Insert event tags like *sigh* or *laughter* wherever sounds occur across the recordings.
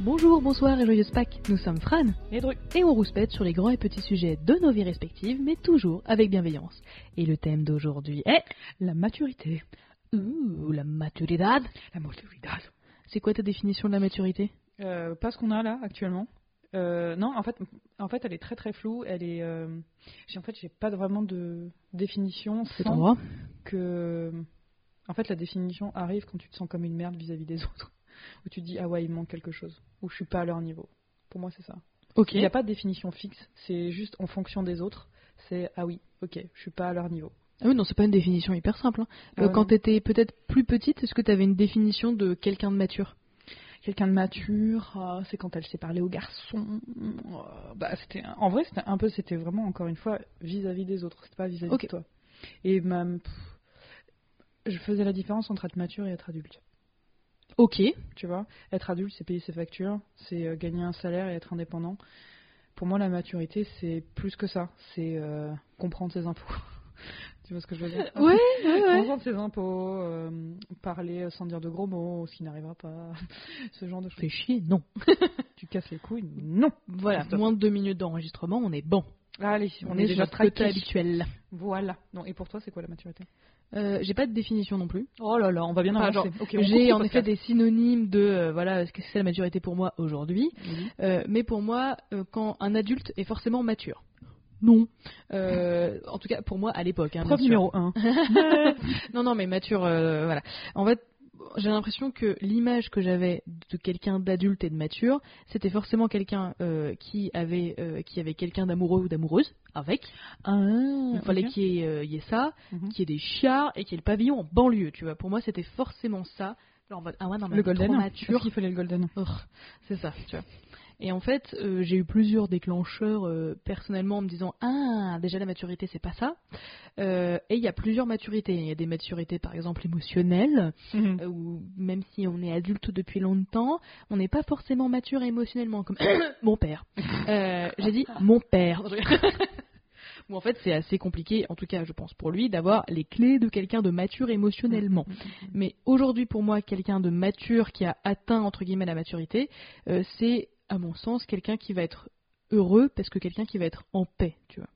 Bonjour, bonsoir et joyeuse Pâques, nous sommes Fran Et Dru. et on rouspète sur les grands et petits sujets de nos vies respectives, mais toujours avec bienveillance. Et le thème d'aujourd'hui est La maturité. Ouh, la maturidad. La maturité. C'est quoi ta définition de la maturité Euh, pas ce qu'on a là actuellement. Euh, non, en fait, en fait, elle est très très floue. Elle est, euh, j'ai en fait, j'ai pas vraiment de définition. C'est sans ton droit que, en fait, la définition arrive quand tu te sens comme une merde vis-à-vis des *laughs* autres, où tu te dis ah ouais, il me manque quelque chose, ou je suis pas à leur niveau. Pour moi, c'est ça. Ok. Il n'y a pas de définition fixe. C'est juste en fonction des autres. C'est ah oui, ok, je suis pas à leur niveau. Ah oui, non, c'est pas une définition hyper simple. hein. Ah Euh, ouais. quand t'étais peut-être plus petite, est-ce que t'avais une définition de quelqu'un de mature quelqu'un de mature, euh, c'est quand elle sait parler aux garçons. euh, bah, c'était en vrai c'était un peu c'était vraiment encore une fois vis-à-vis des autres, c'était pas vis-à-vis Ok. de toi. Et même pff, je faisais la différence entre être mature et être adulte. Ok. Tu vois, être adulte c'est payer ses factures, c'est euh, gagner un salaire et être indépendant. Pour moi la maturité c'est plus que ça, c'est euh, comprendre ses impôts. *laughs* tu vois ce que je veux dire *laughs* Ouais, ouais, ouais. Comprendre ses impôts, euh, parler sans dire de gros mots, ce qui n'arrivera pas, *laughs* ce genre de choses. Fais chier, non. Tu casses les couilles Non. Voilà, Christophe. moins de deux minutes d'enregistrement, on est bon. Allez, on, est sur déjà notre quota traqué. habituel. Voilà. Non, et pour toi, c'est quoi la maturité Euh, J'ai pas de définition non plus. Oh là là, on va bien Enfin, avancer. Ok, on coupe J'ai le en effet podcast. des synonymes de euh, voilà ce que c'est la maturité pour moi aujourd'hui, Euh, mais pour moi euh, quand un adulte est forcément mature. Non. Euh, en tout cas pour moi à l'époque. hein, Preuve bien sûr. numéro 1. *laughs* Non non mais mature euh, voilà. En fait j'ai l'impression que l'image que j'avais de quelqu'un d'adulte et de mature, c'était forcément quelqu'un euh, qui avait euh, qui avait quelqu'un d'amoureux ou d'amoureuse avec. Ah, Il fallait qu'il y, ait, euh, il y ait ça, Mhm. qu'il y ait des chiards et qu'il y ait le pavillon en banlieue, tu vois. Pour moi, c'était forcément ça. Alors, en mode, ah ouais, non, mais le trop golden. mature. Est-ce qu'il fallait le *laughs* golden Urgh, c'est ça, tu vois. Et en fait, euh, j'ai eu plusieurs déclencheurs euh, personnellement en me disant Ah, déjà la maturité, c'est pas ça. Euh, et il y a plusieurs maturités. Il y a des maturités, par exemple, émotionnelles, Mhm. euh, où même si on est adulte depuis longtemps, on n'est pas forcément mature émotionnellement, comme *coughs* mon père. Euh, j'ai *laughs* dit mon père. *laughs* Où en fait, c'est assez compliqué, en tout cas, je pense pour lui, d'avoir les clés de quelqu'un de mature émotionnellement. Mm, Mais aujourd'hui, pour moi, quelqu'un de mature qui a atteint, entre guillemets, la maturité, euh, c'est, à mon sens, quelqu'un qui va être heureux parce que quelqu'un qui va être en paix, tu vois.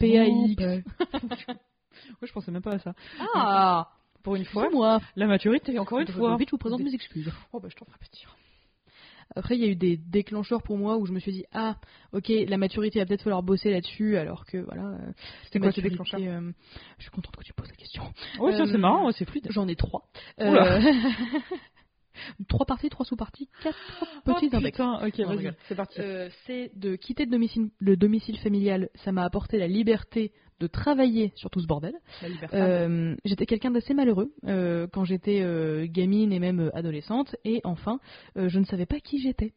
PAIX. Oui, je pensais même pas à ça. Ah Pour une fois, moi la maturité, encore une fois. Vite, je vous présente mes excuses. Oh, bah, je t'en ferai plaisir. Après, il y a eu des déclencheurs pour moi où je me suis dit Ah, ok, la maturité, il va peut-être falloir bosser là-dessus, alors que voilà. euh, C'était la quoi ce maturité, déclencheur euh, Je suis contente que tu poses la question. *laughs* Oh, tiens, Euh, c'est marrant, ouais, c'est fluide. J'en ai trois. Oula. Euh, *laughs* trois parties, trois sous-parties, quatre petits oh, index. putain, ok, Non, je vas-y, rigole. c'est parti. Euh, c'est de quitter le domicile, le domicile familial. Ça m'a apporté la liberté de travailler sur tout ce bordel. la liberté. Euh, j'étais quelqu'un d'assez malheureux euh, quand j'étais euh, gamine et même euh, adolescente. Et enfin, euh, je ne savais pas qui j'étais.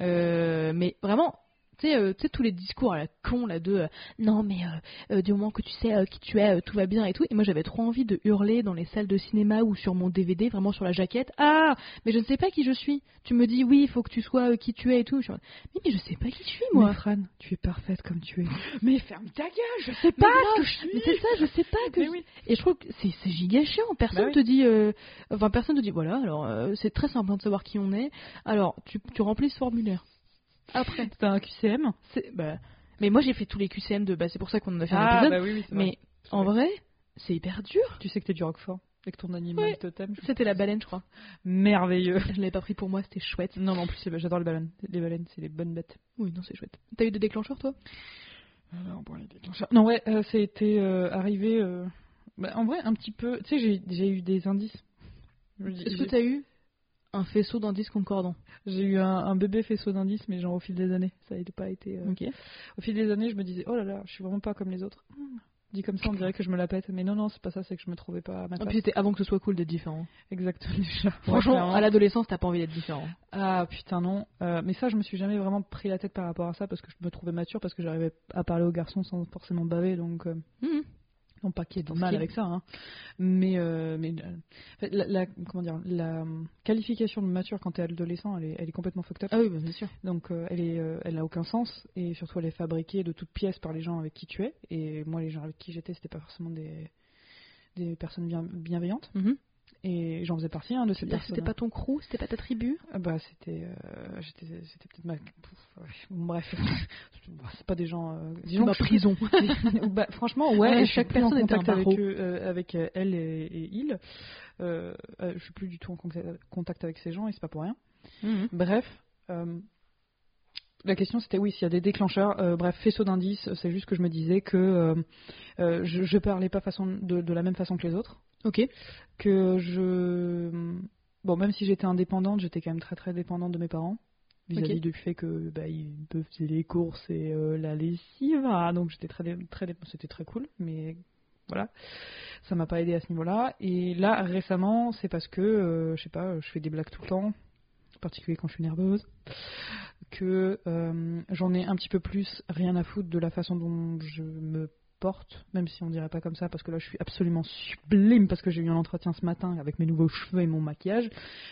Euh, mais vraiment. Tu sais, euh, tu sais, tous les discours à la con là de euh, non mais euh, euh, du moment que tu sais euh, qui tu es euh, tout va bien et tout et moi j'avais trop envie de hurler dans les salles de cinéma ou sur mon DVD vraiment sur la jaquette ah mais je ne sais pas qui je suis tu me dis oui il faut que tu sois euh, qui tu es et tout Je suis en mode, mais, mais je sais pas qui je suis moi Mais Fran, tu es parfaite comme tu es. *laughs* Mais ferme ta gueule, je sais Mais pas grave, ce que je suis. mais c'est ça je sais pas que Mais je- oui. Et je trouve que c'est c'est giga chiant. Personne Bah oui. te dit, euh, enfin personne te dit, voilà. Alors euh, c'est très simple hein, de savoir qui on est. Alors tu, tu remplis ce formulaire. Après, T'as un QCM c'est- bah, mais moi j'ai fait tous les QCM de, bah, c'est pour ça qu'on en a fait un Ah, épisode. bah oui, oui, c'est vrai. mais en vrai, c'est hyper dur. Tu sais que t'es du Roquefort et que ton animal Ouais. totem, je- C'était la baleine, je crois. merveilleux. Je l'avais pas pris pour moi, c'était chouette. Non, mais en plus, c'est- j'adore les baleines. Les baleines, c'est les bonnes bêtes. Oui, non, c'est chouette. T'as eu des déclencheurs, toi Euh, Non, ouais, euh, ça a été euh, arrivé. euh, bah, en vrai, un petit peu. Tu sais, j'ai- j'ai eu des indices. Je me dis- Est-ce que j'ai- t'as eu un faisceau d'indices concordants J'ai eu un, un bébé faisceau d'indices, mais genre au fil des années. Ça n'a pas été. euh, Ok. Au fil des années, je me disais, oh là là, je suis vraiment pas comme les autres. Mm. Hmm. Dit comme ça, on dirait que je me la pète. Mais non, non, c'est pas ça, c'est que je me trouvais pas à ma Et place. puis c'était avant que ce soit cool d'être différent. Exactement, déjà. Franchement, Clairement. à l'adolescence, t'as pas envie d'être différent. Ah putain non, Euh, mais ça je me suis jamais vraiment pris la tête par rapport à ça parce que je me trouvais mature parce que j'arrivais à parler aux garçons sans forcément baver donc euh, Mhm. non pas qu'il y ait de Tranquille. mal avec ça hein. mais euh, mais euh, en fait, la, la- comment dire la euh, qualification de mature quand t'es adolescent elle est, elle est complètement fucked up Ah oui, bah, bien sûr. donc euh, elle est euh, elle a aucun sens et surtout elle est fabriquée de toutes pièces par les gens avec qui tu es et moi les gens avec qui j'étais c'était pas forcément des des personnes bien- bienveillantes Mhm. Et j'en faisais partie hein, de ces C'est-à-dire que personnes. C'était pas ton crew, c'était pas ta tribu. Ah Bah, c'était, euh, j'étais- c'était peut-être ma. Pouf, ouais, bon, bref, *laughs* Bah, c'est pas des gens. euh, disons ma que je- prison. *laughs* bah, franchement, Ouais, ouais, et je je suis chaque plus en personne était un contact avec, barreau. eux, euh, avec euh, elle et, et il. Euh, euh, je suis plus du tout en con- contact avec ces gens et c'est pas pour rien. Mhm. Bref, euh, la question c'était oui, s'il y a des déclencheurs, euh, bref, faisceau d'indices, c'est juste que je me disais que euh, euh, je, je parlais pas façon de, de la même façon que les autres, Ok. que je. Bon, même si j'étais indépendante, j'étais quand même très très dépendante de mes parents vis-à-vis Ok. du fait que bah, ils me faisaient les courses et euh, la lessive, Ah, donc j'étais très dé- très dé- c'était très cool, mais voilà, ça m'a pas aidé à ce niveau-là. Et là récemment, c'est parce que euh, je sais pas, je fais des blagues tout le temps, en particulier quand je suis nerveuse, que euh, j'en ai un petit peu plus rien à foutre de la façon dont je me porte, même si on dirait pas comme ça, parce que là je suis absolument sublime parce que j'ai eu un entretien ce matin avec mes nouveaux cheveux et mon maquillage,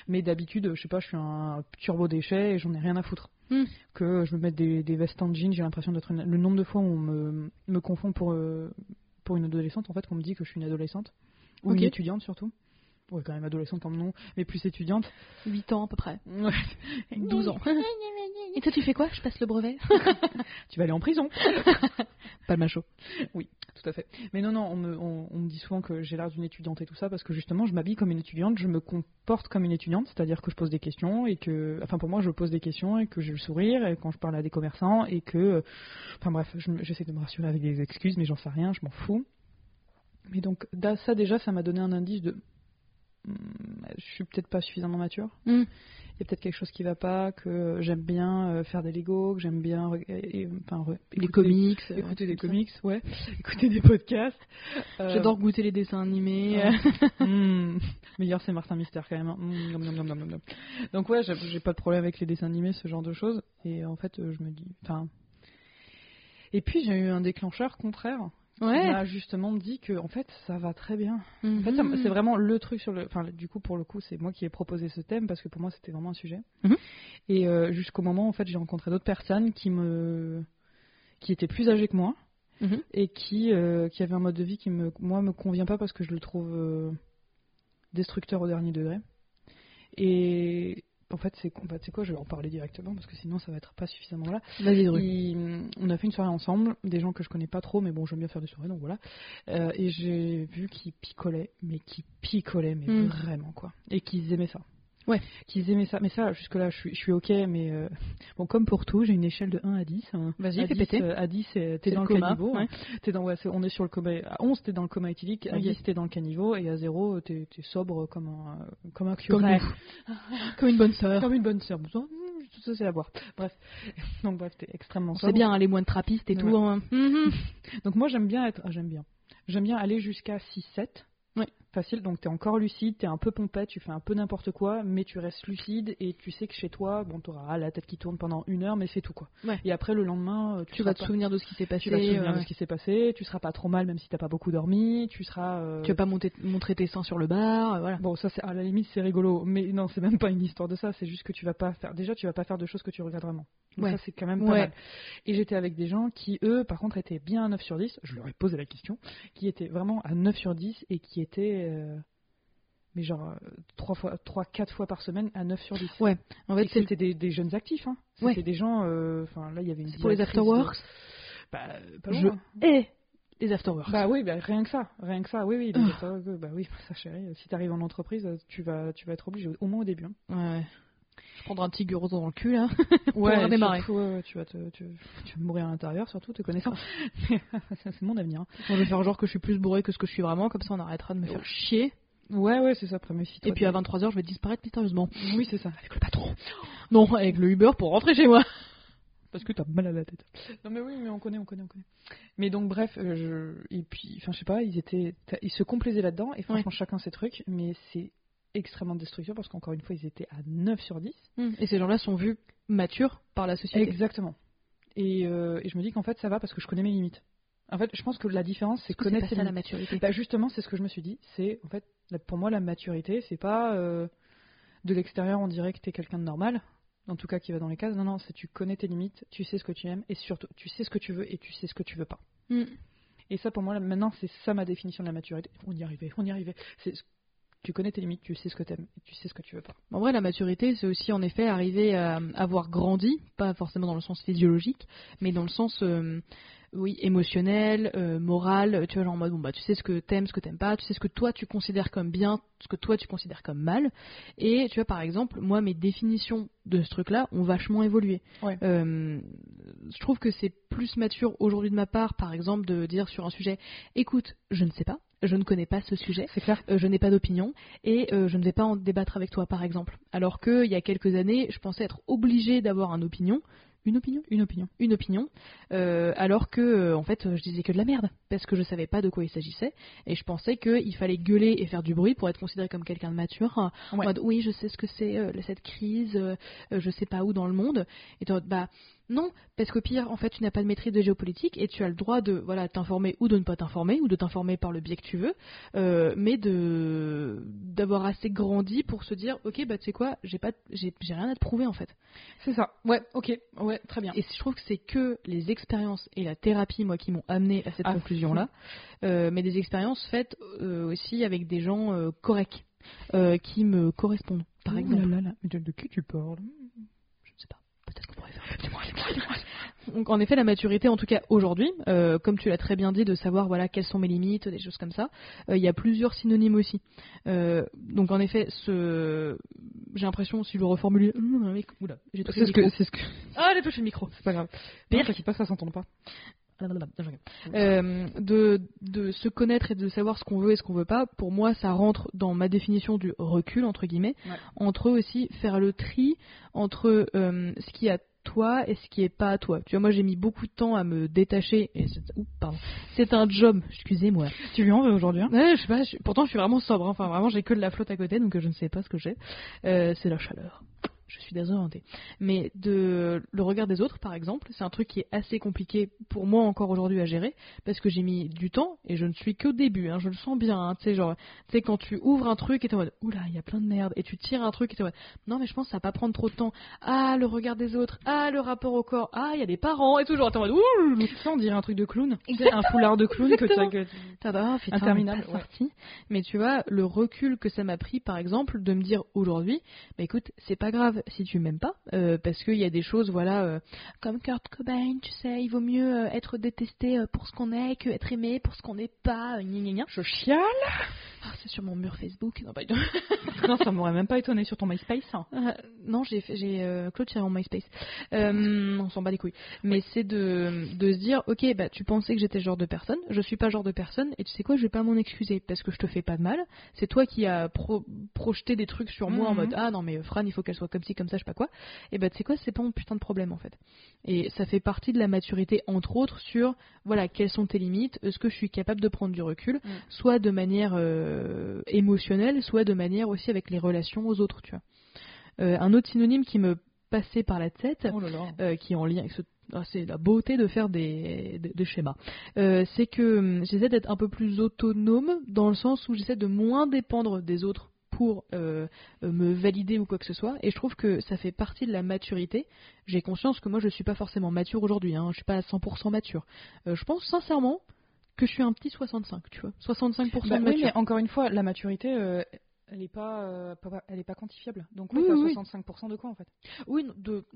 mais d'habitude, je sais pas, je suis un turbo déchet et j'en ai rien à foutre. Hmm. Que je me mette des, des vestes en jean, j'ai l'impression d'être une- le nombre de fois où on me, me confond pour, euh, pour une adolescente, en fait, qu'on me dit que je suis une adolescente, ou Ok. une étudiante surtout. Ouais, quand même adolescente comme nom, mais plus étudiante. *laughs* 8 ans à peu près. Ouais, *laughs* 12 ans. Et toi, tu fais quoi Je passe le brevet. tu vas aller en prison. Pas le macho. Oui, tout à fait. Mais non, non, on me, on- on me dit souvent que j'ai l'air d'une étudiante et tout ça parce que justement, je m'habille comme une étudiante, je me comporte comme une étudiante, c'est-à-dire que je pose des questions et que, enfin pour moi, je pose des questions et que j'ai le sourire et quand je parle à des commerçants et que, enfin bref, je me- j'essaie de me rassurer avec des excuses, mais j'en sais rien, je m'en fous. Mais donc da- ça déjà, ça m'a donné un indice de, Hmm, je suis peut-être pas suffisamment mature Mm. il y a peut-être quelque chose qui va pas, que j'aime bien euh, faire des Lego, que j'aime bien re- et- et- enfin, re- écouter- *laughs* Les comics. euh, écouter ouais, des comme ça. comics, ouais, *laughs* écouter des podcasts. Euh, *laughs* J'adore goûter les dessins animés. Ouais. hmm, meilleur c'est Martin Mystère quand même. hein. Hmm, nom, nom, nom, nom, nom, nom. Donc ouais, j'ai- j'ai pas de problème avec les dessins animés, ce genre de choses. Et euh, en fait, euh, je me dis, enfin. Et puis j'ai eu un déclencheur contraire. On Ouais. m'a justement dit que en fait, ça va très bien. En fait, ça m- Mhm. c'est vraiment le truc sur le. Enfin, du coup, pour le coup, c'est moi qui ai proposé ce thème parce que pour moi, c'était vraiment un sujet. Mhm. Et euh, jusqu'au moment, en fait, j'ai rencontré d'autres personnes qui me, qui étaient plus âgées que moi Mhm. et qui, euh, qui avaient un mode de vie qui me, moi, me convient pas parce que je le trouve euh, destructeur au dernier degré. Et en fait, c'est en fait, c'est quoi Je vais en parler directement parce que sinon, ça va être pas suffisamment là. Vas-y, Dru. Il- mm, on a fait une soirée ensemble, des gens que je connais pas trop, mais bon, j'aime bien faire des soirées, donc voilà. Euh, et j'ai vu qu'ils picolaient, mais qu'ils picolaient, mais Mm. vraiment quoi. Et qu'ils aimaient ça. Ouais. Qu'ils aimaient ça. Mais ça, jusque-là, je suis, je suis ok, mais euh, bon, comme pour tout, j'ai une échelle de 1 à 10. hein. Vas-y, À fais 10, péter. euh, à 10, euh, t'es C'est dans le le, coma, caniveau. hein. ouais. T'es dans, ouais, c'est- on est sur le coma. À 11, t'es dans le coma éthylique. À Ok. 10, t'es dans le caniveau. Et à 0, t'es t'es sobre comme un, euh, comme un Comme, curé. nous. Comme une bonne sœur. Comme une bonne sœur. Tout ça, c'est à boire. Bref. *laughs* Donc, bref, t'es extrêmement sobre. C'est bien, hein, les moines trappistes et Ouais. tout. hein. Mhm. Donc moi j'aime bien être, ah, j'aime bien, j'aime bien aller jusqu'à 6-7. Ouais. Facile, donc t'es encore lucide, t'es un peu pompette, tu fais un peu n'importe quoi, mais tu restes lucide et tu sais que chez toi, bon t'auras la tête qui tourne pendant une heure, mais c'est tout quoi. Ouais. Et après le lendemain, euh, tu, Tu seras vas te pas- souvenir de ce qui s'est passé. tu vas te souvenir de euh, ce qui s'est passé, tu seras pas trop mal même si t'as pas beaucoup dormi, tu seras. euh, Tu vas pas monter- montrer tes seins sur le bar, euh, voilà. Bon, ça, c'est- à la limite, c'est rigolo, mais non, c'est même pas une histoire de ça. C'est juste que tu vas pas faire. Déjà, tu vas pas faire de choses que tu regardes vraiment. Donc Ouais. ça, c'est quand même pas Ouais. mal. Et j'étais avec des gens qui, eux, par contre, étaient bien à 9 sur 10. Je leur ai posé la question. Qui étaient vraiment à 9 sur 10 et qui étaient. euh, mais genre, 3, fois, 3, 4 fois par semaine à 9 sur 10. Ouais. En Et fait, c'est c'était des, des jeunes actifs. Hein. C'était Ouais. des gens. euh, Enfin, là, il y avait une. c'est pour les directrice de- afterworks Bah, pas Je- loin. et les afterworks. Bah oui, bah, rien que ça, rien que ça, oui, oui, donc, euh, que- bah oui, ça chérie, si t'arrives en entreprise, euh, tu vas, tu vas être obligé, au moins au début. hein. Ouais, ouais. Je prendrai un petit gros dans le cul, là. et redémarrer. euh, surtout, ouais, ouais, tu, vas te, tu, tu vas mourir à l'intérieur, surtout, te connaissant. Ça, c'est mon avenir. hein. On va faire genre que je suis plus bourré que ce que je suis vraiment, comme ça on arrêtera de me faire chier. Ouais, ouais, c'est ça, après, mais si toi, Et puis à t'es- 23h, je vais disparaître mystérieusement. Oui, c'est ça. Avec le patron. Non, avec le Uber pour rentrer chez moi. Parce que t'as mal à la tête. Non, mais oui, mais on connaît, on connaît, on connaît. Mais donc, bref, euh, je... et puis, enfin, je sais pas, ils, étaient... t'as- ils se complaisaient là-dedans, et franchement, chacun ses trucs, mais c'est extrêmement destructeur parce qu'encore une fois, ils étaient à 9 sur 10. Et ces gens-là sont vus matures par la société. Exactement. Et, euh, et je me dis qu'en fait, ça va parce que je connais mes limites. En fait, je pense que la différence, c'est Parce que c'est connaître pas ses ça la limites. maturité. Bah, justement, c'est ce que je me suis dit. C'est en fait, la- pour moi, la maturité, c'est pas euh, de l'extérieur, on dirait que t'es quelqu'un de normal, en tout cas qui va dans les cases. Non, non, c'est tu connais tes limites, tu sais ce que tu aimes et surtout, tu sais ce que tu veux et tu sais ce que tu veux pas. Mm. Et ça, pour moi, là, maintenant, c'est ça ma définition de la maturité. On y arrivait, on y arrivait. C'est ce- tu connais tes limites, tu sais ce que t'aimes et tu sais ce que tu veux pas. En vrai, la maturité, c'est aussi en effet arriver à avoir grandi, pas forcément dans le sens physiologique, mais dans le sens euh, oui, émotionnel, euh, moral, tu vois, genre en mode, bon, bah, tu sais ce que t'aimes, ce que t'aimes pas, tu sais ce que toi tu considères comme bien, ce que toi tu considères comme mal. Et tu vois, par exemple, moi, mes définitions de ce truc-là ont vachement évolué. Ouais. Euh, je trouve que c'est plus mature aujourd'hui de ma part, par exemple, de dire sur un sujet, écoute, je ne sais pas, je ne connais pas ce sujet, C'est clair. euh, je n'ai pas d'opinion et euh, je ne vais pas en débattre avec toi, par exemple. Alors que il y a quelques années, je pensais être obligée d'avoir une opinion, une opinion, Une opinion. une opinion, euh, alors que euh, en fait, euh, je disais que de la merde parce que je savais pas de quoi il s'agissait et je pensais qu'il fallait gueuler et faire du bruit pour être considéré comme quelqu'un de mature. hein, en Ouais. mode, oui, je sais ce que c'est euh, cette crise, euh, euh, je sais pas où dans le monde. Et t'es en mode, bah non, parce qu'au pire, en fait, tu n'as pas de maîtrise de géopolitique et tu as le droit de voilà t'informer ou de ne pas t'informer ou de t'informer par le biais que tu veux, euh, mais de d'avoir assez grandi pour se dire ok bah tu sais quoi, j'ai pas j'ai j'ai rien à te prouver en fait. C'est ça. Ouais, ok. Ouais, très bien. Et je trouve que c'est que les expériences et la thérapie, moi, qui m'ont amené à cette Ah. conclusion-là, euh, mais des expériences faites euh, aussi avec des gens euh, corrects, euh, qui me correspondent, par Ouh exemple. là là là. Mais de, de qui tu parles Je ne sais pas, peut-être qu'on pourrait faire. Dis-moi, dis-moi, dis-moi. Donc, en effet, la maturité, en tout cas aujourd'hui, euh, comme tu l'as très bien dit, de savoir voilà quelles sont mes limites, des choses comme ça, euh, il y a plusieurs synonymes aussi. Euh, donc, en effet, ce... j'ai l'impression, si je le reformule, Euh, Hum, mec, oula, j'ai touché le C'est ce micro. que. C'est ce que. Ah, j'ai touché le micro. C'est pas grave. Ah, Berk. Non, t'inquiète pas, ça s'entend pas. Blablabla, non, je rigole. Euh, de, de se connaître et de savoir ce qu'on veut et ce qu'on veut pas, pour moi, ça rentre dans ma définition du recul, entre guillemets, Ouais. entre aussi faire le tri entre euh, ce qui est à toi et ce qui est pas à toi. Tu vois, moi, j'ai mis beaucoup de temps à me détacher, et c'est, oups, pardon, c'est un job, excusez-moi. Tu lui en veux aujourd'hui, hein Ouais, je sais pas, je- pourtant, je suis vraiment sobre, hein. enfin, vraiment, j'ai que de la flotte à côté, donc euh, je ne sais pas ce que j'ai. Euh, c'est la chaleur. Je suis désorientée. Mais de le regard des autres, par exemple, c'est un truc qui est assez compliqué pour moi encore aujourd'hui à gérer, parce que j'ai mis du temps et je ne suis qu'au début. hein, je le sens bien. hein, tu sais, genre, tu sais quand tu ouvres un truc et t'es en mode, oula, il y a plein de merde, et tu tires un truc et t'es en mode, non mais je pense que ça va pas prendre trop de temps. Ah, le regard des autres. Ah, le rapport au corps. Ah, il y a des parents et tout. Genre, t'es en mode, ouh. Ça, on dirait un truc de clown. C'est un foulard de clown que t'as. Exactement. que- T'as dit, Ah, putain, Interminable, on est pas ouais. sorti. Mais tu vois, le recul que ça m'a pris, par exemple, de me dire aujourd'hui, bah écoute, c'est pas grave si tu m'aimes pas, euh, parce qu'il y a des choses, voilà, euh, comme Kurt Cobain, tu sais, il vaut mieux euh, être détesté euh, pour ce qu'on est que être aimé pour ce qu'on n'est pas, euh, gna gna gna. Je chiale. Ah, c'est sur mon mur Facebook. Non, pas du tout. non, ça m'aurait même pas étonné sur ton MySpace. hein. Euh, non, j'ai fait- j'ai euh, clôturé mon MySpace. Euh, on s'en bat les couilles. Mais c'est de, de se dire, ok, bah tu pensais que j'étais ce genre de personne, je suis pas ce genre de personne, et tu sais quoi, je vais pas m'en excuser parce que je te fais pas de mal. C'est toi qui as pro- projeté des trucs sur moi en Mhm. mode ah non mais Fran, il faut qu'elle soit comme ci comme ça, je sais pas quoi. Et bah tu sais quoi, c'est pas mon putain de problème en fait. Et ça fait partie de la maturité entre autres sur voilà quelles sont tes limites, est-ce que je suis capable de prendre du recul, Mhm. soit de manière euh, émotionnelle, soit de manière aussi avec les relations aux autres, tu vois. Euh, un autre synonyme qui me passait par la tête, Oh là là. euh, qui est en lien avec ce... ah, c'est la beauté de faire des, des- des schémas. Euh, c'est que hum, j'essaie d'être un peu plus autonome dans le sens où j'essaie de moins dépendre des autres pour euh, euh, me valider ou quoi que ce soit. Et je trouve que ça fait partie de la maturité. J'ai conscience que moi, je suis pas forcément mature aujourd'hui. Hein, je suis pas à 100% mature. Euh, je pense sincèrement que je suis un petit 65, tu vois. 65% Bah de oui, mature. mais encore une fois, la maturité, euh, elle n'est pas, euh, pas- elle est pas quantifiable. Donc oui, Oui, t'as oui, oui. 65% de quoi en fait Oui, non, de...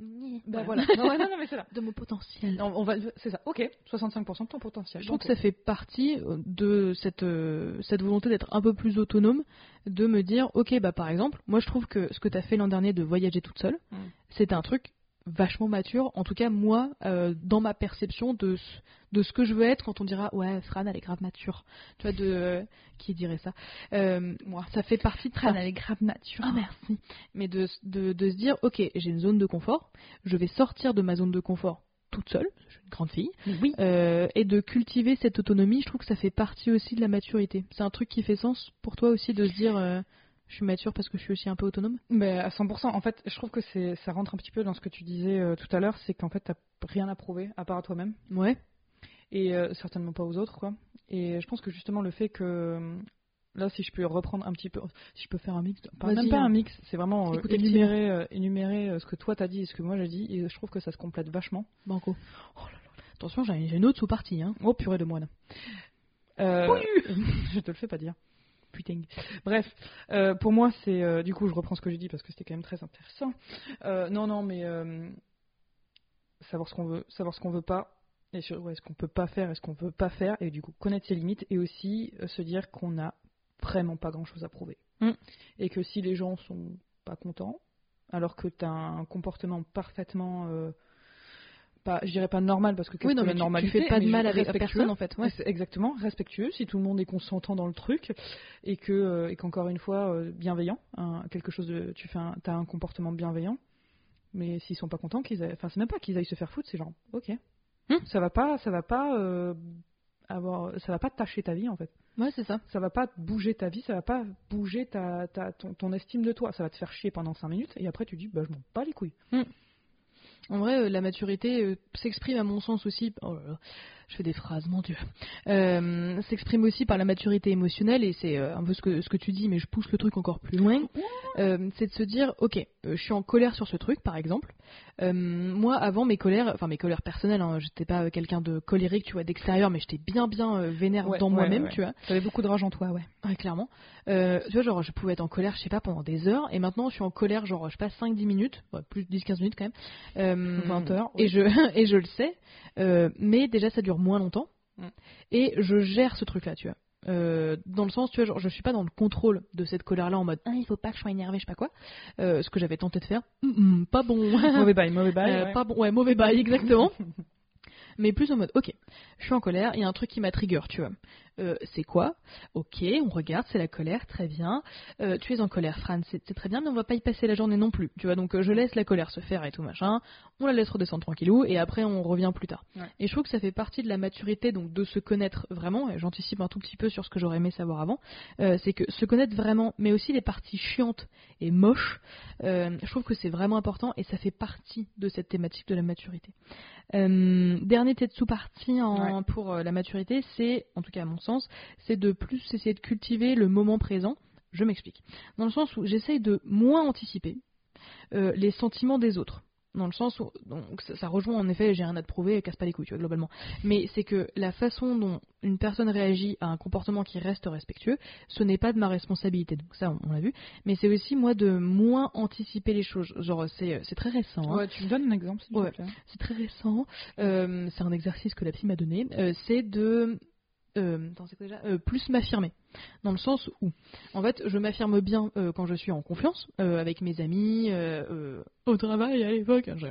Bah voilà. voilà. non, ouais, non, *laughs* non, mais c'est là. De mon potentiel. Non, on va, c'est ça. Ok, 65% de ton potentiel. Je trouve Donc, que ça fait partie euh, de cette, euh, cette volonté d'être un peu plus autonome, de me dire, ok, bah par exemple, moi je trouve que ce que tu as fait l'an dernier de voyager toute seule, Mm. c'est un truc vachement mature, en tout cas moi, euh, dans ma perception de ce, de ce que je veux être quand on dira, ouais, Fran, elle est grave mature. Tu vois, de... qui dirait ça Euh, Moi. Ça fait partie de ça. Fran, elle est grave nature. Ah, merci. Mais de, de, de se dire, ok, j'ai une zone de confort, je vais sortir de ma zone de confort toute seule, je suis une grande fille, Mais oui. euh, et de cultiver cette autonomie, je trouve que ça fait partie aussi de la maturité. C'est un truc qui fait sens pour toi aussi de se dire euh, je suis mature parce que je suis aussi un peu autonome. Mais à 100%. En fait, je trouve que c'est, ça rentre un petit peu dans ce que tu disais euh, tout à l'heure, c'est qu'en fait, t'as rien à prouver à part à toi-même. Ouais. et euh, certainement pas aux autres quoi. Et je pense que justement le fait que là si je peux reprendre un petit peu si je peux faire un mix enfin, Vas-y, même pas hein. un mix, c'est vraiment euh, Écoute, énumérer euh, énumérer euh, ce que toi t'as dit et ce que moi j'ai dit et je trouve que ça se complète vachement. Banco. Oh là là. Attention, j'ai hein. j'ai une autre sous-partie. Hein. *laughs* Oh purée de moine. Euh, je te le fais pas dire. tweeting. Bref, euh, pour moi, c'est. euh, du coup, je reprends ce que j'ai dit parce que c'était quand même très intéressant. Euh, non, non, mais euh, savoir ce qu'on veut, savoir ce qu'on veut pas, et sur ouais, ce qu'on peut pas faire et ce qu'on veut pas faire, et du coup, connaître ses limites et aussi euh, se dire qu'on a vraiment pas grand chose à prouver. Mm. Et que si les gens sont pas contents, alors que t'as un comportement parfaitement. euh, pas, je dirais pas normal parce que qu'est-ce Oui, non, que mais la tu, tu normalité fais pas de mais mal juste avec à respectueux. personne en fait. Ouais, Ouais. c'est exactement, respectueux, si tout le monde est consentant dans le truc, et que euh, et qu'encore une fois, euh, bienveillant, hein, quelque chose de, tu fais un, as un comportement bienveillant, mais s'ils sont pas contents, qu'ils aillent- enfin c'est même pas qu'ils aillent se faire foutre, c'est genre, ok, Hmm. ça va pas, ça va pas euh, avoir, ça va pas tâcher ta vie en fait, Ouais, c'est ça. ça va pas bouger ta vie, ça va pas bouger ta, ta- ton, ton estime de toi, ça va te faire chier pendant 5 minutes, et après tu dis, bah je m'en bats les *laughs* couilles. En vrai, euh, la maturité euh, s'exprime à mon sens aussi. Oh là là, je fais des phrases, mon dieu. Euh, s'exprime aussi par la maturité émotionnelle et c'est euh, un peu ce que ce que tu dis, mais je pousse le truc encore plus loin. Euh, c'est de se dire, ok, euh, je suis en colère sur ce truc, par exemple. Euh, moi, avant mes colères, enfin mes colères personnelles, hein, j'étais pas euh, quelqu'un de colérique, tu vois, d'extérieur, mais j'étais bien bien euh, vénère Ouais, dans ouais, moi-même, ouais. tu vois. T'avais beaucoup de rage en *laughs* toi, ouais. Ouais, clairement. Euh, tu vois, genre, je pouvais être en colère, je sais pas, pendant des heures, et maintenant, je suis en colère, genre, je passe 5-10 minutes, ouais, plus de 10-15 minutes quand même, euh, 20 heures, et, je, *laughs* et je le sais, euh, mais déjà, ça dure moins longtemps, Mm. et je gère ce truc-là, tu vois. Euh, dans le sens, tu vois, genre, je suis pas dans le contrôle de cette colère-là en mode, ah, il faut pas que je sois énervé, je sais pas quoi, Euh, ce que j'avais tenté de faire, Hum, hum, pas bon. *laughs* mauvais bail, mauvais bail. Euh, ouais. pas bon, ouais, mauvais bail, exactement. *laughs* Mais plus en mode, ok, je suis en colère, il y a un truc qui m'a trigger, tu vois. Euh, c'est quoi Ok, on regarde, c'est la colère, très bien. Euh, tu es en colère, Fran, c'est c'est très bien, mais on va pas y passer la journée non plus, tu vois. Donc euh, je laisse la colère se faire et tout machin, on la laisse redescendre tranquillou, et après on revient plus tard. Ouais. Et je trouve que ça fait partie de la maturité, donc de se connaître vraiment, et j'anticipe un tout petit peu sur ce que j'aurais aimé savoir avant, euh, c'est que se connaître vraiment, mais aussi les parties chiantes et moches, euh, je trouve que c'est vraiment important et ça fait partie de cette thématique de la maturité. Euh, dernier tête sous-partie en- pour euh, la maturité, c'est, en tout cas à mon sens, c'est de plus essayer de cultiver le moment présent. Je m'explique. Dans le sens où j'essaye de moins anticiper euh, les sentiments des autres. Dans le sens où donc, ça, ça rejoint en effet, j'ai rien à te prouver, casse pas les couilles, tu vois, globalement. Mais c'est que la façon dont une personne réagit à un comportement qui reste respectueux, ce n'est pas de ma responsabilité. Donc ça, on, on l'a vu. Mais c'est aussi moi de moins anticiper les choses. Genre, c'est c'est très récent. hein. Ouais, tu me donnes un exemple, s'il Ouais. te plaît. C'est très récent. Euh, c'est un exercice que la psy m'a donné. Euh, c'est de euh, attends, c'est quoi déjà Euh, plus m'affirmer. Dans le sens où, en fait, je m'affirme bien euh, quand je suis en confiance euh, avec mes amis, euh, euh, au travail à l'époque. hein, je-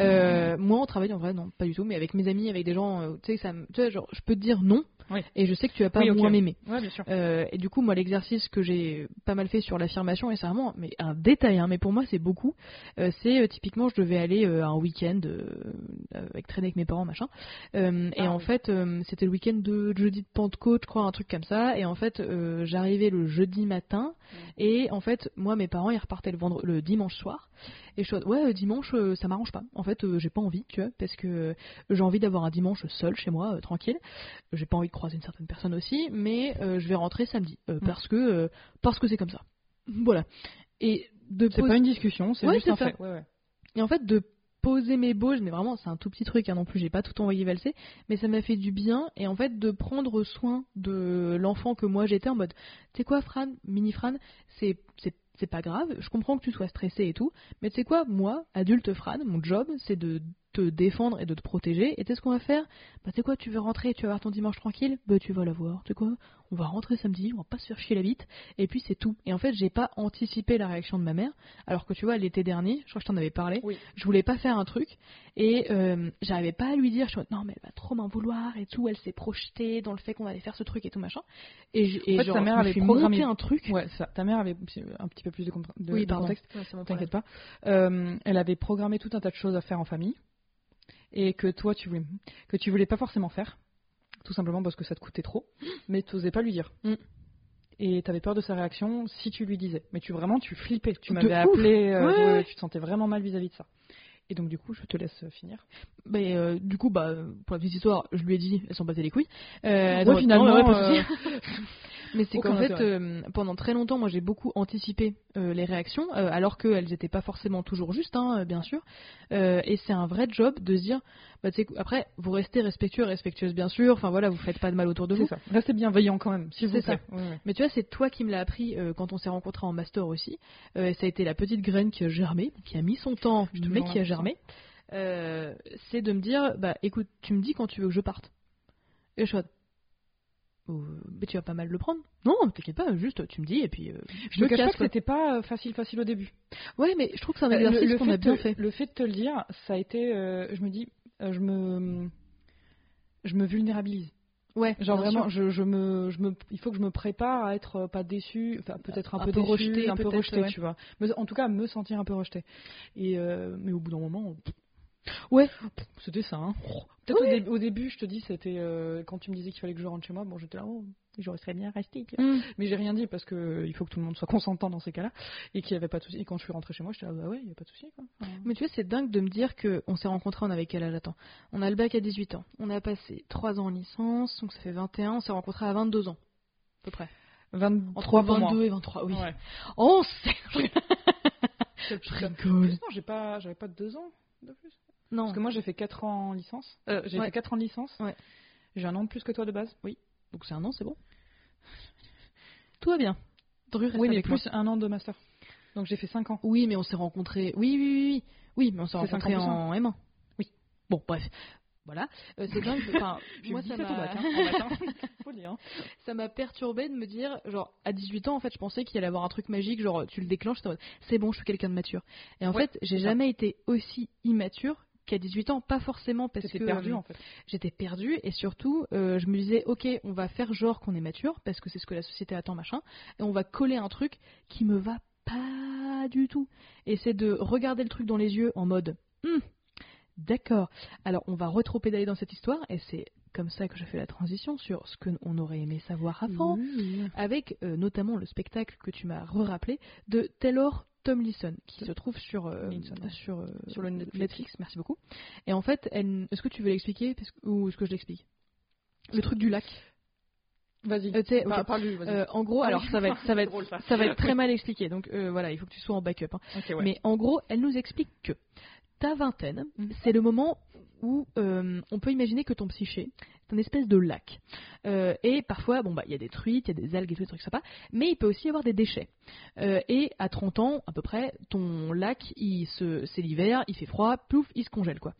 Euh, moi, en travail, en vrai, non, pas du tout, mais avec mes amis, avec des gens, euh, tu sais, ça, me- tu sais, genre, je peux te dire non, Oui. et je sais que tu vas pas Oui, ok. moins m'aimer. Ouais, bien sûr. Euh, et du coup, moi, l'exercice que j'ai pas mal fait sur l'affirmation, et c'est vraiment mais un détail, hein, mais pour moi, c'est beaucoup. euh, c'est euh, typiquement, je devais aller euh, à un week-end euh, avec traîner avec mes parents, machin. Euh, et Ah, en oui. fait, euh, c'était le week-end de jeudi de Pentecôte, je crois, un truc comme ça. Et en fait, euh, j'arrivais le jeudi matin, Mmh. et en fait, moi, mes parents, ils repartaient le, vendre- le dimanche soir. Et je suis en mode, ouais, euh, dimanche, euh, ça m'arrange pas. En fait, euh, j'ai pas envie, tu vois, parce que euh, j'ai envie d'avoir un dimanche seul chez moi, euh, tranquille j'ai pas envie de croiser une certaine personne aussi, mais euh, je vais rentrer samedi euh, Mm. parce que euh, parce que c'est comme ça. Voilà. Et de C'est pos- pas une discussion, c'est Ouais, juste c'est un ça. fait. Ouais, ouais. et en fait de poser mes bauges, mais vraiment c'est un tout petit truc hein, non plus, j'ai pas tout envoyé valser, mais ça m'a fait du bien et en fait de prendre soin de l'enfant que moi j'étais en mode tu sais quoi Fran, mini Fran, c'est c'est c'est pas grave, je comprends que tu sois stressé et tout, mais tu sais quoi, moi, adulte Fran, mon job, c'est de te défendre et de te protéger. Et tu sais ce qu'on va faire Bah, tu sais quoi, tu veux rentrer, tu vas avoir ton dimanche tranquille Bah, tu vas l'avoir. Tu sais quoi On va rentrer samedi, on va pas se faire chier la bite. Et puis, c'est tout. Et en fait, j'ai pas anticipé la réaction de ma mère. Alors que tu vois, l'été dernier, je crois que je t'en avais parlé, Oui. je voulais pas faire un truc. Et euh, j'arrivais pas à lui dire, je suis en mode, non, mais elle va trop m'en vouloir et tout. Elle s'est projetée dans le fait qu'on allait faire ce truc et tout machin. Et, j'ai- et En fait, genre, ta mère je me avait suis programmé- monté un truc. Ouais, ça. Ta mère avait un petit peu plus de, compre- de- oui, de pardon. contexte. Ouais, c'est mon problème. T'inquiète pas. Euh, elle avait programmé tout un tas de choses à faire en famille et que toi tu voulais que tu voulais pas forcément faire, tout simplement parce que ça te coûtait trop, mais t'osais pas lui dire. Mm. Et t'avais peur de sa réaction si tu lui disais. Mais tu vraiment tu flippais. Tu De m'avais ouf. appelé, euh, Ouais, ouais, ouais. tu te sentais vraiment mal vis-à-vis de ça. Et donc du coup je te laisse euh, finir. Mais euh, du coup, bah, pour la petite histoire, je lui ai dit, elles sont battées les couilles. Euh, Ouais, non, finalement, non, ouais, pas de euh, *laughs* souci. Mais c'est aucun qu'en fait, intérêt. euh, pendant très longtemps, moi j'ai beaucoup anticipé euh, les réactions, euh, alors qu'elles n'étaient pas forcément toujours justes, hein, euh, bien sûr. Euh, et c'est un vrai job de se dire, bah, tu sais, après, vous restez respectueux, respectueuse, bien sûr, enfin voilà, vous faites pas de mal autour de vous. C'est ça. Restez bienveillant quand même, s'il vous C'est plaît. ça. Ouais, ouais. Mais tu vois, c'est toi qui me l'as appris euh, quand on s'est rencontrés en master aussi. Euh, ça a été la petite graine qui a germé, qui a mis son temps, Je te mais jure, qui a ouais. germé. Euh, c'est de me dire, bah écoute, tu me dis quand tu veux que je parte. Et je suis en mode, Euh, mais tu vas pas mal le prendre. Non, t'inquiète pas, juste tu me dis et puis euh, Je te me cache casse, pas que quoi. c'était pas euh, facile, facile au début. Ouais, mais je trouve que c'est un Euh, exercice qu'on fait a bien de, fait. le fait de te le dire, ça a été. euh, je me dis, euh, je me, je me vulnérabilise. Ouais, Genre bien vraiment, sûr. je, je me, je me, il faut que je me prépare à être euh, pas déçu, enfin peut-être un, Un peu, peu déçue, rejetée, un peu peut-être, rejeté, ouais. tu vois. Mais en tout cas, me sentir un peu rejeté. Et euh, mais au bout d'un moment, pff, Ouais. pff, c'était ça. hein. Peut-être au, dé- au début, je te dis, c'était euh, quand tu me disais qu'il fallait que je rentre chez moi, bon, j'étais là, oh, j'aurais serais bien resté. Mm. Mais j'ai rien dit parce que euh, il faut que tout le monde soit consentant dans ces cas-là et qu'il n'y avait pas de souci. Et quand je suis rentrée chez moi, j'étais là, bah ouais, il n'y a pas de souci. quoi. Enfin, Mais tu vois, c'est dingue de me dire que on s'est rencontrés, on avait quel âge Attends. On a le bac à 18 ans. On a passé 3 ans en licence, donc ça fait 21. On s'est rencontrés à 22 ans, à peu près. 23 Entre pour 22 moi. et 23, oui. Oh, Ouais. On *laughs* sait Quel petit Je tas. rigole. Non, j'ai pas, j'avais pas deux ans de plus. Non. Parce que moi, j'ai fait 4 ans en licence. Euh, j'ai Ouais. fait 4 ans de licence. Ouais. J'ai un an de plus que toi de base. Oui. Donc c'est un an, c'est bon. Tout va bien. Dru reste Oui, mais avec moi. plus un an de master. Donc j'ai fait 5 ans. Oui, mais on s'est rencontrés. Oui, oui, oui, oui. Oui, mais on s'est C'est rencontrés 50%. en M1. Oui. Bon, bref. Voilà. Euh, c'est dingue. *laughs* Enfin, J'ai moi, eu ça 17 au bac, *laughs* m'a. hein, en matin. Faut le dire, hein. ça m'a perturbé de me dire, genre, à 18 ans, en fait, je pensais qu'il allait avoir un truc magique, genre, tu le déclenches, t'es en mode, c'est bon, je suis quelqu'un de mature. Et en Ouais, fait, j'ai c'est ça. jamais été aussi immature qu'à 18 ans, pas forcément parce T'étais que euh, perdu en fait. j'étais perdue et surtout, euh, je me disais, ok, on va faire genre qu'on est mature parce que c'est ce que la société attend, machin, et on va coller un truc qui me va pas du tout. Et c'est de regarder le truc dans les yeux en mode, Hmm, d'accord, alors on va retropédaler dans cette histoire et c'est comme ça que je fais la transition sur ce qu'on aurait aimé savoir avant Oui. avec euh, notamment le spectacle que tu m'as rappelé de Taylor Tomlinson, qui se trouve sur, euh, Tomlinson, ouais. sur, euh, Sur le Netflix. merci beaucoup. Et en fait, elle- est-ce que tu veux l'expliquer parce que- ou est-ce que je l'explique Le truc du lac. Vas-y. Euh, tu sais, ok. Par- Parle-lui, vas-y. Euh, en gros, *laughs* Ah alors oui. ça va être, ça va C'est être, *laughs* *laughs* drôle, ça. ça va être très mal expliqué, donc euh, voilà, il faut que tu sois en backup. hein. Ok, ouais. Mais en gros, elle nous explique que ta vingtaine, Mhm. *laughs* c'est le moment où euh, on peut imaginer que ton psyché, c'est un espèce de lac. Euh, et parfois, bon, bah, il y a des truites, il y a des algues et tout, des trucs sympas, mais il peut aussi y avoir des déchets. Euh, et à 30 ans, à peu près, ton lac, il se, c'est l'hiver, il fait froid, plouf, il se congèle, quoi.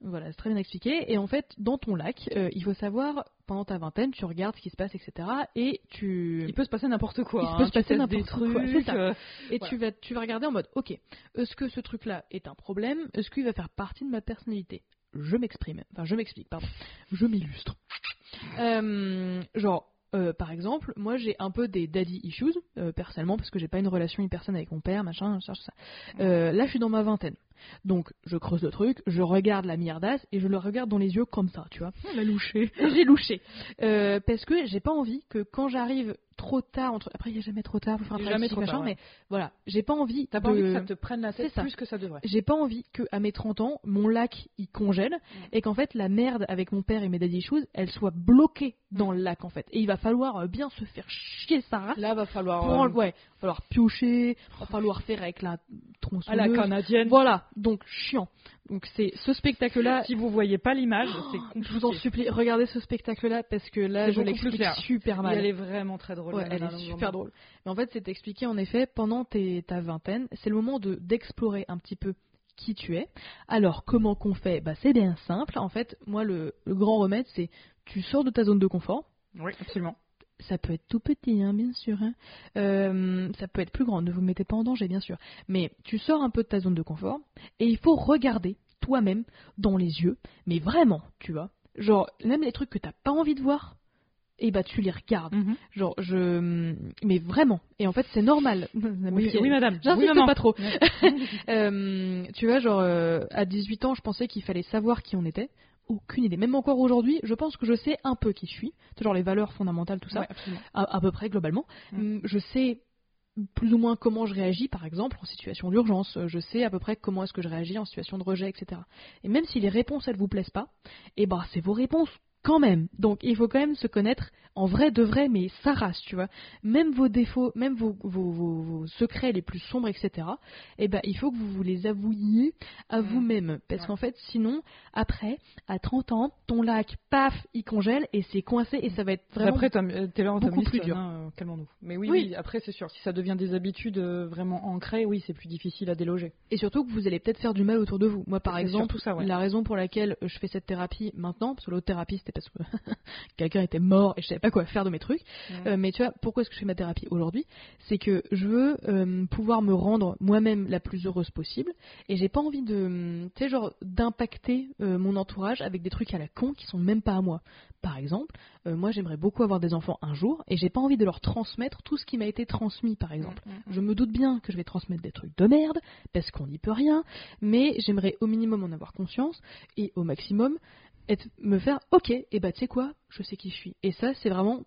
Voilà, c'est très bien expliqué. Et en fait, dans ton lac, euh, il faut savoir, pendant ta vingtaine, tu regardes ce qui se passe, etc. Et tu... Il peut se passer n'importe quoi. Il hein. peut se Tu passer testes n'importe des trucs, quoi, c'est ça. euh, Et Voilà. tu, vas, tu vas regarder en mode, ok, est-ce que ce truc-là est un problème Est-ce qu'il va faire partie de ma personnalité Je m'exprime, enfin je m'explique, pardon. Je m'illustre. Euh, genre, euh, par exemple, moi j'ai un peu des daddy issues, euh, personnellement, parce que j'ai pas une relation hyper saine avec mon père, machin, ça, ça. Euh, là je suis dans ma vingtaine. Donc je creuse le truc, je regarde la mierdasse et je le regarde dans les yeux comme ça, tu vois. On l'a louché. Et *laughs* j'ai louché. Euh, parce que j'ai pas envie que quand j'arrive trop tard, entre... après il n'y a jamais trop tard, faut faire un Il y a travail jamais psy, trop machin, tard, ouais. mais voilà, j'ai pas envie. T'as pas de- envie que ça te prenne la Euh, C'est tête ça. plus que ça devrait. J'ai pas envie que à mes 30 ans, mon lac il congèle et qu'en fait la merde avec mon père et mes daddy issues, elle soit bloquée dans le lac en fait. Et il va falloir euh, bien se faire chier sa race. Là, va falloir. pour euh, enle- ouais, va falloir piocher, va falloir faire avec la tronçonneuse. Oh. à la canadienne. Voilà, donc chiant. Donc c'est ce spectacle là Oh, Si vous voyez pas l'image, c'est je vous en compliqué. supplie, regardez ce spectacle-là parce que là, C'est je beaucoup plus l'explique clair. super Et mal. Elle est vraiment très drôle. Ouais, la elle est nana, donc super vraiment. drôle. Mais en fait, c'est expliqué en effet pendant tes- ta vingtaine, c'est le moment de d'explorer un petit peu qui tu es. Alors, comment qu'on fait bah, C'est bien simple. En fait, moi, le, le grand remède, c'est tu sors de ta zone de confort. Oui, absolument. Ça peut être tout petit, hein, bien sûr. hein. Euh, ça peut être plus grand. Ne vous mettez pas en danger, bien sûr. Mais tu sors un peu de ta zone de confort et il faut regarder toi-même dans les yeux. Mais vraiment, tu vois. Genre, même les trucs que t'as pas envie de voir, et bah tu les regardes. Genre, je. Mais vraiment. Et en fait, c'est normal. Mhm. Oui, oui, madame. J'insiste Oui, maman. pas trop. Ouais. *laughs* Euh, tu vois, genre, euh, à 18 ans, je pensais qu'il fallait savoir qui on était. Aucune idée. Même encore aujourd'hui, je pense que je sais un peu qui je suis. C'est Genre les valeurs fondamentales, tout ça, Ouais, absolument. à, à peu près globalement. Mm. Hum, Je sais plus ou moins comment je réagis, par exemple, en situation d'urgence. Euh, Je sais à peu près comment est-ce que je réagis en situation de rejet, etc. Et même si les réponses, elles vous plaisent pas, eh ben, c'est vos réponses quand même. Donc, il faut quand même se connaître en vrai de vrai, mais sa race, tu vois. Même vos défauts, même vos, vos- vos- vos secrets les plus sombres, etc. Eh ben, il faut que vous vous les avouiez à Mhm. vous-même. Parce Ouais. qu'en fait, sinon, après, à 30 ans, ton lac, paf, il congèle et c'est coincé et ça va être vraiment... Après, Tom- euh, Taylor, Tom beaucoup List, plus dur. hein, euh, calmons-nous. Mais oui, Oui. oui, après, c'est sûr. Si ça devient des habitudes euh, vraiment ancrées, oui, c'est plus difficile à déloger. Et surtout que vous allez peut-être faire du mal autour de vous. Moi, par C'est exemple, surtout ça, ouais. la raison pour laquelle je fais cette thérapie maintenant, parce que l'autre thérapie, c'était parce que *laughs* quelqu'un était mort et je savais pas quoi faire de mes trucs. Mhm. Euh, mais tu vois, pourquoi est-ce que je fais ma thérapie aujourd'hui C'est que je veux euh, pouvoir me rendre moi-même la plus heureuse possible et j'ai pas envie de, hum, tu sais, genre d'impacter euh, mon entourage avec des trucs à la con qui sont même pas à moi. Par exemple, euh, moi, j'aimerais beaucoup avoir des enfants un jour et j'ai pas envie de leur transmettre tout ce qui m'a été transmis, par exemple. Je me doute bien que je vais transmettre des trucs de merde, parce qu'on n'y peut rien, mais j'aimerais au minimum en avoir conscience, et au maximum, être, me faire Ok, et bah tu sais quoi, je sais qui je suis. Et ça, c'est vraiment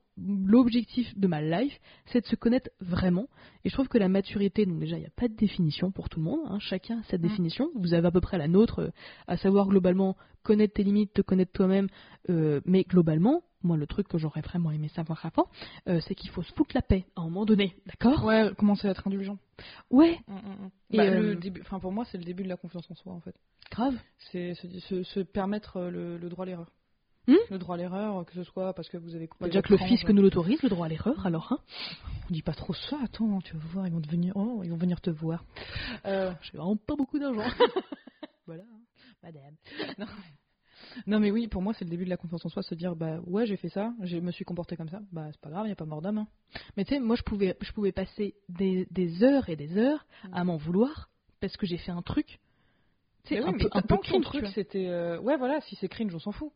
l'objectif de ma life, c'est de se connaître vraiment. Et je trouve que la maturité, donc déjà, il n'y a pas de définition pour tout le monde, hein, chacun a sa Mm. définition. Vous avez à peu près la nôtre, euh, à savoir globalement connaître tes limites, te connaître toi-même, euh, mais globalement, moi, le truc que j'aurais vraiment aimé savoir avant, euh, c'est qu'il faut se foutre la paix à un moment donné, d'accord Ouais, commencer à être indulgent. Ouais, Et, Bah, euh, le début, enfin, pour moi, c'est le début de la confiance en soi, en fait. grave. C'est se, se- se permettre euh, le, le droit à l'erreur. Hmm le droit à l'erreur, que ce soit parce que vous avez coupé. Bah, déjà votre que le frange. fisc nous l'autorise, le droit à l'erreur, alors hein On dit pas trop ça, attends, tu vas voir, ils vont, devenir... oh, ils vont venir te voir. Euh, J'ai vraiment pas beaucoup *laughs* d'argent. voilà, hein, madame. non, mais oui, pour moi, c'est le début de la confiance en soi, se dire, bah ouais, j'ai fait ça, je me suis comporté comme ça, bah c'est pas grave, y a pas mort d'âme. hein. Mais tu sais, moi je pouvais, je pouvais passer des, des heures et des heures à m'en vouloir parce que j'ai fait un truc. Tu sais, Mais oui, un, mais peu, un peu tant que ton cringe, tu truc vois. c'était euh, ouais voilà si c'est cringe on s'en fout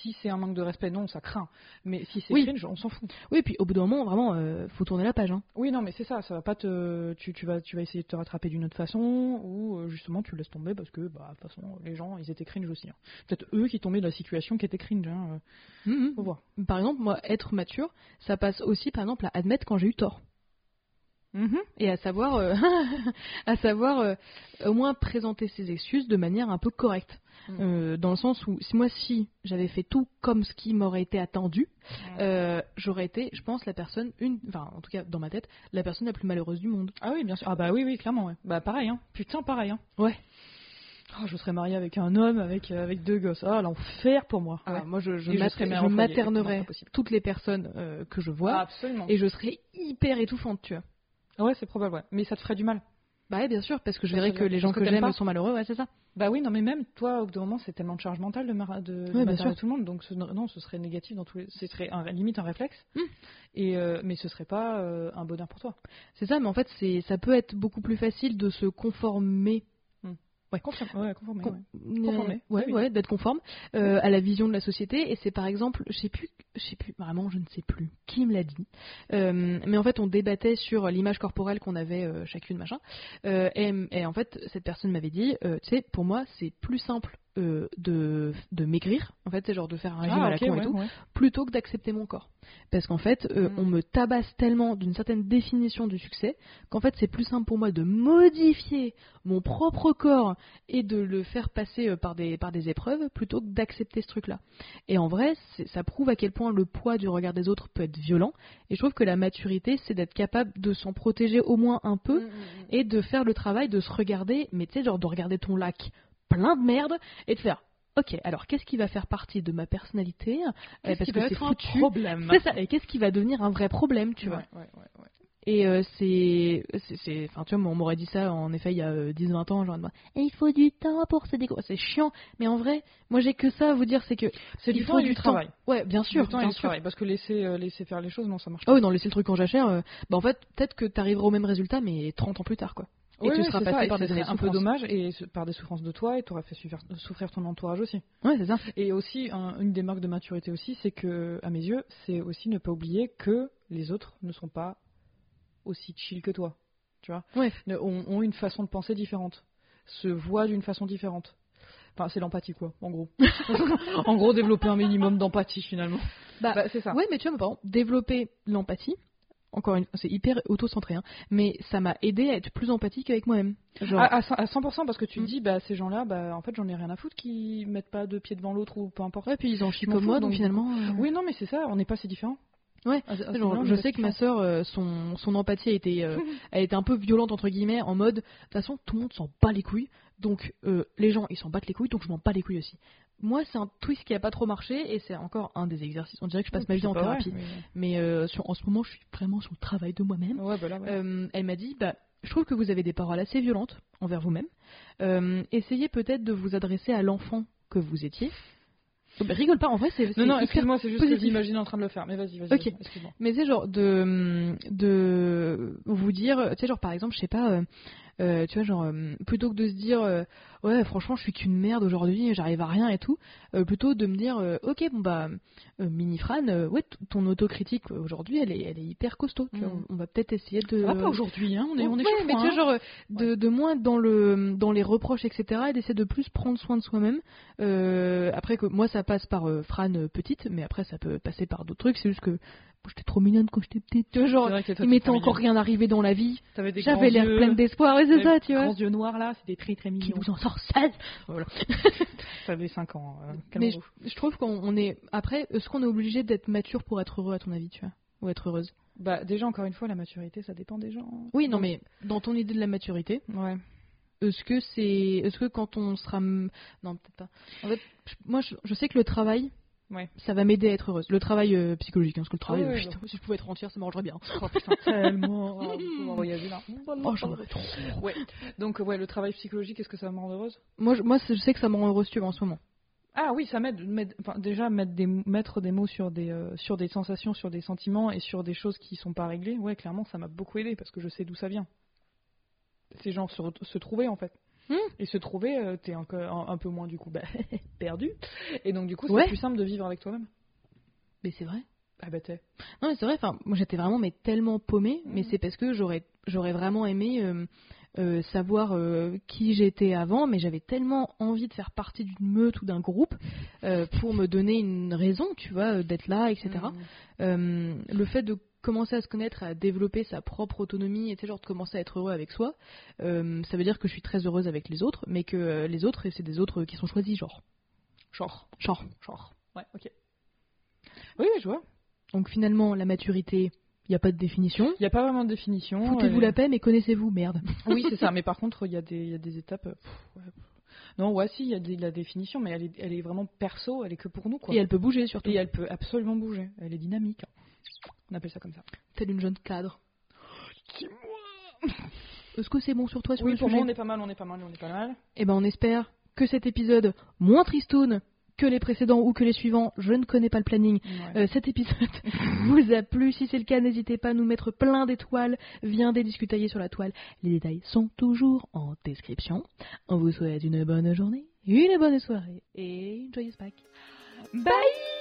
si c'est un manque de respect non ça craint mais si c'est Oui. cringe on s'en fout Oui, puis au bout d'un moment, vraiment, euh, faut tourner la page. Hein. oui non mais c'est ça ça va pas te tu, tu vas tu vas essayer de te rattraper d'une autre façon ou euh, justement tu le laisses tomber parce que bah de toute façon les gens ils étaient cringe aussi hein. peut-être eux qui tombaient de la situation qui étaient cringe hein, euh, Mhm. faut voir Par exemple, moi, être mature, ça passe aussi, par exemple, à admettre quand j'ai eu tort. Mm-hmm. et à savoir, euh, *laughs* à savoir euh, au moins présenter ses excuses de manière un peu correcte. Mm. Euh, dans le sens où, si moi, si j'avais fait tout comme ce qui m'aurait été attendu, Mm. euh, j'aurais été, je pense, la personne, une, enfin, en tout cas dans ma tête, la personne la plus malheureuse du monde. ah oui bien sûr ah bah oui oui clairement ouais. bah pareil hein putain pareil hein Ouais. Oh, je serais mariée avec un homme avec euh, avec deux gosses ah l'enfer pour moi Alors, moi, je, je, Et je mater- serais mère je au foyer, effectivement, maternerais pas possible. toutes les personnes euh, que je Ah, vois absolument et je serais hyper étouffante, tu vois. ouais c'est probable ouais mais ça te ferait du mal Bah ouais, bien sûr, parce que je Parce verrais que- que les gens parce que que, t'aimes j'aime pas. sont malheureux, ouais, c'est ça. Bah oui, non, mais même toi, au bout d'un moment, c'est tellement de charge mentale de, mar- de, de bien maintenir sûr. tout le monde, donc ce, non, ce serait négatif dans tous les, ce serait un, limite un réflexe, Hmm. et euh, mais ce serait pas euh, un bonheur pour toi. C'est ça, mais en fait, c'est, ça peut être beaucoup plus facile de se conformer Ouais, confirme. Ouais, confirme, Con- ouais. Euh, Conformer, ouais, oui. ouais, d'être conforme euh, à la vision de la société. Et c'est par exemple, je sais plus, je sais plus, vraiment, je ne sais plus qui me l'a dit. Euh, mais en fait, on débattait sur l'image corporelle qu'on avait euh, chacune, machin. Euh, et, et en fait, cette personne m'avait dit, euh, tu sais, pour moi, c'est plus simple. euh, de, de maigrir, en fait, c'est genre de faire un régime à la Ah, ok, con et ouais, tout, ouais. plutôt que d'accepter mon corps. Parce qu'en fait, euh, Mm. on me tabasse tellement d'une certaine définition du succès qu'en fait, c'est plus simple pour moi de modifier mon propre corps et de le faire passer euh, par des, par des épreuves plutôt que d'accepter ce truc-là. Et en vrai, c'est- ça prouve à quel point le poids du regard des autres peut être violent. Et je trouve que la maturité, c'est d'être capable de s'en protéger au moins un Mmh. Mm. peu et de faire le travail de se regarder, mais tu sais, genre de regarder ton lac plein de merde et de faire. Ok, alors qu'est-ce qui va faire partie de ma personnalité Euh, Qu'est-ce Parce qui que va c'est être un foutu. problème C'est ça. Et qu'est-ce qui va devenir un vrai problème, tu vois Ouais, ouais, ouais, ouais. Et euh, c'est, c'est, c'est- enfin, tu vois, moi, on m'aurait dit ça en effet il y a euh, 10-20 ans, genre, et il faut du temps pour se découvrir. C'est chiant, mais en vrai, moi, j'ai que ça à vous dire, c'est que C'est du il temps faut et du travail. Ouais, bien sûr, du temps et bien du sûr. travail, parce que laisser euh, laisser faire les choses, non, ça marche Ah pas. oui, non, laisser le truc en jachère, euh, bah en fait, peut-être que t'arriveras au même résultat, mais 30 ans plus tard, quoi. Et Ouais, tu ouais, seras c'est passé ça, et par ce des serait années de un peu souffrance. dommage et ce- par des souffrances de toi, et t'aurais fait souffrir, souffrir ton entourage aussi. Ouais, c'est ça. Et aussi, un- une des marques de maturité aussi, c'est que, à mes yeux, c'est aussi ne pas oublier que les autres ne sont pas aussi chill que toi. Tu vois Ouais. Ne- ont, ont une façon de penser différente, se voient d'une façon différente. Enfin, c'est l'empathie, quoi, *laughs* en gros. en gros, développer un minimum d'empathie, finalement. Bah, c'est ça. Ouais, mais tu vois, par exemple, développer l'empathie, encore une c'est hyper auto-centré, hein, mais ça m'a aidé à être plus empathique avec moi-même. Genre, À, à cent- à 100% parce que tu te Mm. dis, bah, ces gens-là, bah, en fait, j'en ai rien à foutre qui mettent pas deux pieds devant l'autre ou peu importe. ouais, puis ils en chient m'en comme fous, moi, donc donc- finalement. euh, Oui, non, mais c'est ça, on n'est pas si différents. Ouais, À- à ce Genre, moment-là, on je n'est pas sais si que ma sœur, euh, son, son empathie a été, *laughs* euh, elle était un peu violente entre guillemets, en mode, de toute façon, tout le monde s'en bat les couilles, donc euh, les gens ils s'en battent les couilles, donc je m'en bats les couilles aussi. Moi, c'est un twist qui a pas trop marché et c'est encore un des exercices. On dirait que je différents. passe ma vie C'est en pas thérapie, vrai, mais euh, sur- en ce moment, je suis vraiment sur le travail de moi-même. mais- Ouais, bah là, ouais. Euh, elle m'a dit, bah, je trouve que vous avez des paroles assez violentes envers vous-même. Euh, essayez peut-être de vous adresser à l'enfant que vous étiez. Oh, bah, rigole pas, en vrai, c'est. c'est Non, non, hyper- excuse-moi, c'est juste que positif. je m'imagine en train de le faire. Mais vas-y, vas-y. Ok. vas-y, excuse-moi. Mais c'est genre de, de vous dire, tu sais, genre par exemple, je sais pas, euh, euh, tu vois, genre, euh, plutôt que de se dire, euh, ouais, franchement, je suis qu'une merde aujourd'hui, j'arrive à rien et tout, euh, plutôt de me dire, euh, ok, bon bah, euh, mini Fran, euh, ouais, t- ton autocritique euh, aujourd'hui, elle est, elle est hyper costaud, tu vois, Mhm. on, on va peut-être essayer de. Ça va pas aujourd'hui, hein, on est, on est Ouais, chaud, mais tu vois, hein. genre, euh, de, de moins être dans, le, dans les reproches, etc., et d'essayer de plus prendre soin de soi-même. Euh, après, que moi, ça passe par euh, Fran euh, petite, mais après, ça peut passer par d'autres trucs. C'est juste que j'étais trop mignonne quand j'étais petite. Tu vois, C'est genre, vrai que toi, il t'es m'était trop encore mignonne. rien arrivé dans la vie. T'avais des J'avais grands l'air yeux, pleine d'espoir, et c'est t'avais ça, des tu vois. Grands yeux noirs là, c'était très très Qui mignon. vous en sort sale T'avais 5 ans. euh, Mais calmons-vous. je trouve qu'on on est. Après, est-ce qu'on est obligé d'être mature pour être heureux, à ton avis, tu vois Ou être heureuse Bah, déjà, encore une fois, la maturité, ça dépend des gens. Oui, non, mais dans ton idée de la maturité, Ouais. Est-ce que c'est, est-ce que quand on sera, m- non peut-être pas. En fait, je- moi je, je sais que le travail, Ouais. ça va m'aider à être heureuse. Le travail euh, psychologique, hein, parce que le travail, Ah ouais, euh, putain, si je pouvais être entière, ça m'arrangerait bien. Oh putain, tellement. Oh, Mm. *laughs* voyager là. Oh, j'aimerais trop. Ouais. Donc, euh, ouais, le travail psychologique, est-ce que ça me rend heureuse Moi, je, moi, c'est- je sais que ça me rend heureuse, tu vois, en ce moment. Ah oui, ça m'aide. m'aide- enfin, déjà, mettre des, mettre des mots sur des, euh, sur des sensations, sur des sentiments et sur des choses qui sont pas réglées, ouais, clairement, ça m'a beaucoup aidé parce que je sais d'où ça vient. C'est genre se, re- se trouver en fait. Hmm. Et se trouver, euh, t'es un, un, un peu moins du coup bah, *laughs* perdu. Et donc, du coup, c'est Ouais. plus simple de vivre avec toi-même. Mais c'est vrai. Ah bah t'es. Non, mais c'est vrai. Enfin, moi, j'étais vraiment, mais tellement paumée. Mais Mhm. c'est parce que j'aurais, j'aurais vraiment aimé euh, euh, savoir euh, qui j'étais avant, mais j'avais tellement envie de faire partie d'une meute ou d'un groupe euh, pour me donner une raison, tu vois, euh, d'être là, etc. Hmm. Euh, le fait de commencer à se connaître, à développer sa propre autonomie, et tu sais, genre de commencer à être heureux avec soi, euh, ça veut dire que je suis très heureuse avec les autres, mais que euh, les autres, c'est des autres qui sont choisis, genre. Genre. Genre, genre. Ouais, ok. Oui, je vois. Donc finalement, la maturité, il n'y a pas de définition. Il n'y a pas vraiment de définition. euh, Foutez-vous elle- la paix, mais connaissez-vous, merde. Oui, c'est ça. Mais par contre, il y, a des- il y a des étapes. euh, pff, ouais. Non, ouais, si, il y a des- la définition, mais elle est, elle est vraiment perso, elle est que pour nous. Quoi. Et elle peut bouger, surtout. Et elle peut absolument bouger. Elle est dynamique. hein. On appelle ça comme ça. Telle une jeune cadre. Est-ce que c'est bon sur toi, sur Oui, le pour sujet moi, on est pas mal, on est pas mal, on est pas mal. Eh ben, on espère que cet épisode, moins tristoun que les précédents ou que les suivants, je ne connais pas le planning, Ouais. Euh, cet épisode *laughs* vous a plu. Si c'est le cas, n'hésitez pas à nous mettre plein d'étoiles. Viens des discutailler sur la toile. Les détails sont toujours en description. On vous souhaite une bonne journée, une bonne soirée et une joyeuse Pâques. Bye